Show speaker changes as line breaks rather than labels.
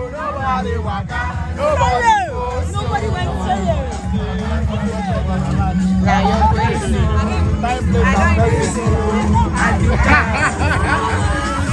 Nobody waka. Nobody. goes.
Nobody went to you.
Now your grace.
Time plays are very serious.
And you can't